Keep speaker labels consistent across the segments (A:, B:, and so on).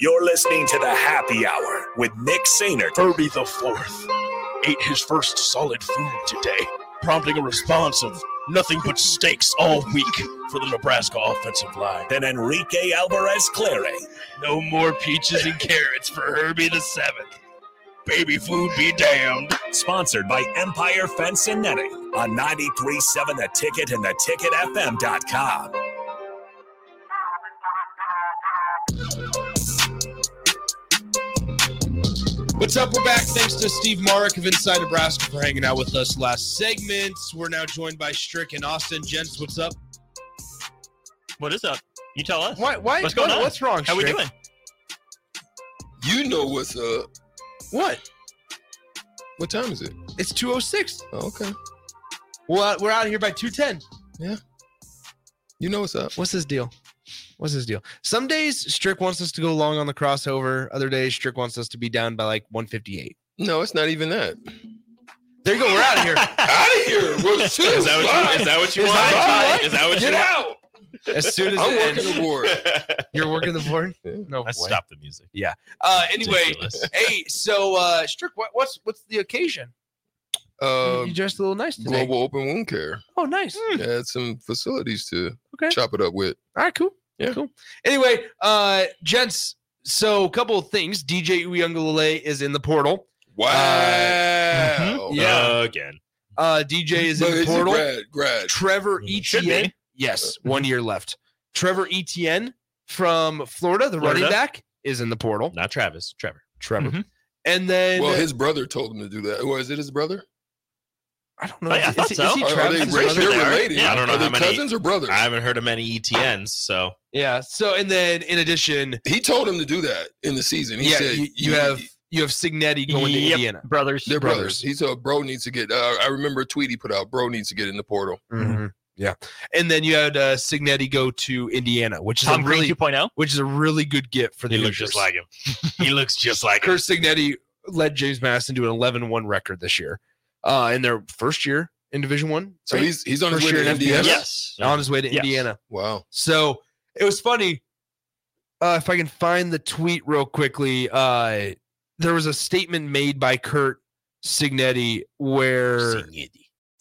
A: You're listening to the Happy Hour with Nick Sainer.
B: Furby the Fourth ate his first solid food today, prompting a response of nothing but steaks all week for the Nebraska offensive line.
A: Then Enrique Alvarez Clary.
B: No more peaches and carrots for Herbie the Seventh. Baby food be damned.
A: Sponsored by Empire Fence and Netting on 93.7 The Ticket and theticketfm.com.
C: What's up? We're back. Thanks to Steve Marek of Inside Nebraska for hanging out with us last segment. We're now joined by Strick and Austin. Gents, what's up?
D: What is up? You tell us.
C: Why? Why?
D: What's going
C: what-
D: on?
C: What's wrong?
D: How we
C: Strick?
D: doing?
E: You know what's up.
C: What?
E: What time is it?
C: It's two oh six.
E: Oh, okay.
C: Well, we're out of here by two ten.
E: You know what's up.
C: What's his deal? What's his deal? Some days Strick wants us to go long on the crossover. Other days Strick wants us to be down by like one fifty eight.
E: No, it's not even that.
C: There you go. We're out of here.
E: Out of here. Well, shoot.
D: Is that what you, is that what you
C: Is
D: want?
C: that
E: what you
D: Is that what you
E: Get
D: want?
E: out.
C: As soon as
E: I'm
C: it
E: working
C: ends,
E: the board.
C: you're working the board.
E: Yeah.
C: No way.
D: Let's stop the music.
C: Uh, anyway,
D: Ridiculous.
C: hey, so uh, Strick, what, what's what's the occasion?
E: Uh,
C: you dressed a little nice today.
E: global open wound care.
C: Oh, nice.
E: Yeah, had some facilities to
C: Okay.
E: chop it up with.
C: All right, cool.
E: Yeah.
C: Cool. Anyway, uh, gents, so a couple of things. DJ Uyunglele is in the portal.
E: Wow. Mm-hmm.
C: Yeah.
D: Again.
C: Uh, DJ is
E: Uh, oh, But
C: in the
E: it's a
C: portal.
E: grad, grad.
C: Trevor
D: Should
C: Etienne.
D: be. Uh.
C: Yes, one year left. Trevor Etienne from Florida, the
D: Florida.
C: running back, is in the portal.
D: Not Travis, Trevor.
C: Trevor.
D: Mhm.
C: And then
E: Mm-hmm. Well, his brother told him to do that. Or is it his brother?
C: I don't know.
D: Oh, I- I
C: is,
D: thought
C: is,
D: so.
C: he
E: Are, are they
C: Travis's
D: racial?
C: brother?
E: related?
D: They
E: They're
D: are.
E: related.
D: Yeah, I don't know
E: Are
D: how
E: they
D: many-
E: cousins or brothers?
D: I haven't heard of many ETNs, so
C: Yeah. So and then in addition,
E: he told him to do that in the season. He
C: yeah,
E: said,
C: you, you have you have Signetti going to
D: Yep.
C: Indiana.
D: brothers.
E: They're brothers. He said, "Bro needs to get." Uh, I remember a tweet he put out. Bro needs to get in the portal.
C: Mhm. Yeah. And then you had uh, Signetti go to Indiana, which is
D: Tom
C: a
D: Green oh?
C: really
D: 2.0.
C: which is a really good get for the
D: He looks just
C: Hoosiers.
D: like him. He looks just like him.
C: Kurt Signetti led James Madison to an 11-1 record this year uh, in their first year in Division One.
E: So
C: right?
E: he's he's on his
C: First
E: way
C: year
E: to
C: in FBS?
E: Indiana.
D: Yes.
C: on his way to
D: Yes.
C: Indiana.
E: Wow.
C: So it was funny. Uh, if I can find the tweet real quickly, uh, there was a statement made by Kurt Signetti where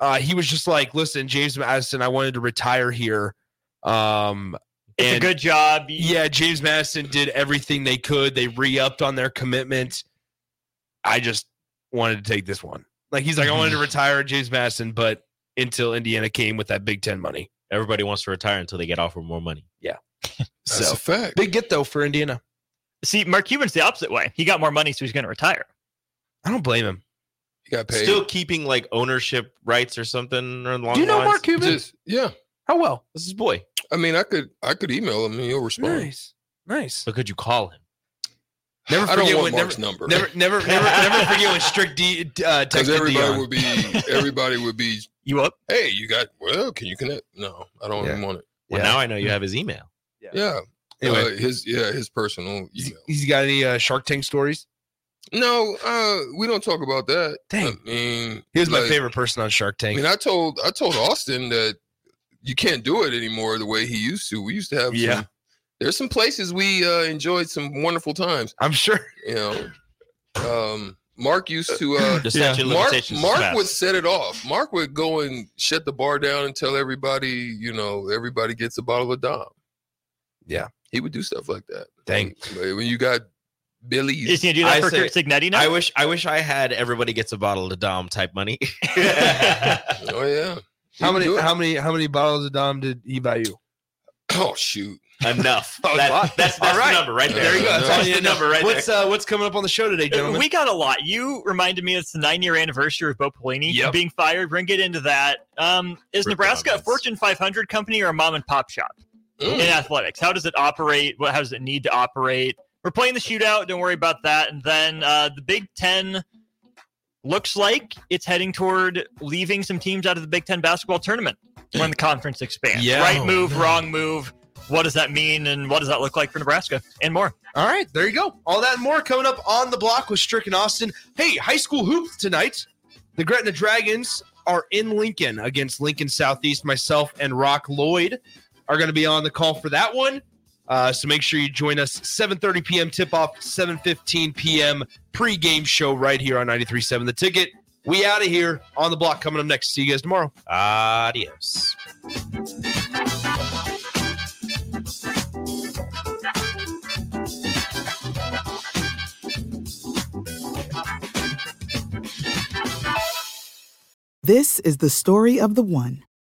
C: uh, he was just like, "Listen, James Madison, I wanted to retire here." Um,
D: It's a
C: and-
D: good job.
C: yeah, James Madison did everything they could. They re-upped on their commitment. I just wanted to take this one. Like he's like, I wanted
E: Mm-hmm.
C: to retire at James Madison, but until Indiana came with that Big Ten money.
D: Everybody wants to retire until they get offered more money.
E: That's
C: So
E: a fact.
C: big get though for Indiana.
D: See, Mark Cuban's the opposite way. He got more money, so he's going to retire.
C: I don't blame him.
E: He got paid.
F: Still keeping like ownership rights or something or along
C: Do you know
F: the lines?
C: Mark Cuban?
E: Just yeah.
C: How well?
F: This is boy.
E: I mean, I could I could email him and he'll respond.
C: Nice, nice.
F: But could you call him?
C: Never
E: I don't
C: forget
E: want
C: when never,
E: Mark's number.
C: never, never, never, never forget when strict D uh,
E: because
C: texted
E: everybody
C: Dion.
E: would be everybody would be.
D: You up?
E: Hey, you got well? Can you connect? No, I don't
C: Yeah.
E: want it.
F: Well,
C: Yeah.
F: now I know you have his email.
E: Yeah,
C: Anyway,
E: Uh, his yeah, his personal
C: he's-
E: email.
C: he's got any uh, Shark Tank stories?
E: No, uh, we don't talk about that.
C: Dang.
E: I mean,
C: He was my
E: like,
C: favorite person on Shark
E: I
C: Tank.
E: mean, I told I told Austin that you can't do it anymore the way he used to. We used to have
C: Yeah.
E: Some, there's some places we uh, enjoyed some wonderful times.
C: I'm sure.
E: You know, um, Mark used to uh,
F: The
C: Yeah.
F: statute of
E: Mark,
F: limitations is
E: Mark
F: fast.
E: would set it off. Mark would go and shut the bar down and tell everybody, you know, everybody gets a bottle of Dom.
C: Yeah.
E: He would do stuff like that.
C: Dang.
E: Like, When you got Billy's,
D: Is he gonna do that
F: I
D: for
F: say-
D: Kurt Signetti now?
F: I wish I wish I had everybody gets a bottle of Dom type money.
E: oh yeah. He
C: How
E: would
C: many
E: do it.
C: how many how many bottles of Dom did he buy you?
E: Oh shoot.
F: Enough.
C: Oh,
F: That-
C: wow.
F: that's that's
C: All
F: the
C: right.
F: number right there.
E: There you go. That's all
F: That's
C: you
F: the
C: know.
F: number right
C: what's
F: there.
C: uh, what's coming up on the show today, gentlemen?
D: we got a lot. You reminded me it's the nine year anniversary of Bo Pelini
C: Yep.
D: being fired. We're gonna get into that. Um, is
F: Rip
D: Nebraska a
F: comments.
D: Fortune 500 company or a mom and pop shop
E: Mm.
D: in athletics? How does it operate? What how does it need to operate? We're playing the shootout. Don't worry about that. And then uh, the Big Ten looks like it's heading toward leaving some teams out of the Big Ten basketball tournament when the conference expands.
C: Yeah.
D: Right move, wrong move. What does that mean, and what does that look like for Nebraska, and more?
C: All right, there you go. All that and more coming up on the block with Strick and Austin. Hey, high school hoop tonight. The Gretna Dragons are in Lincoln against Lincoln Southeast. Myself and Rock Lloyd are going to be on the call for that one. Uh, so make sure you join us 7:30 p.m. tip off, 7:15 p.m. pregame show right here on 93.7 The Ticket. We out of here on the block. Coming up next. See you guys tomorrow.
F: Adios.
G: This is the story of the one.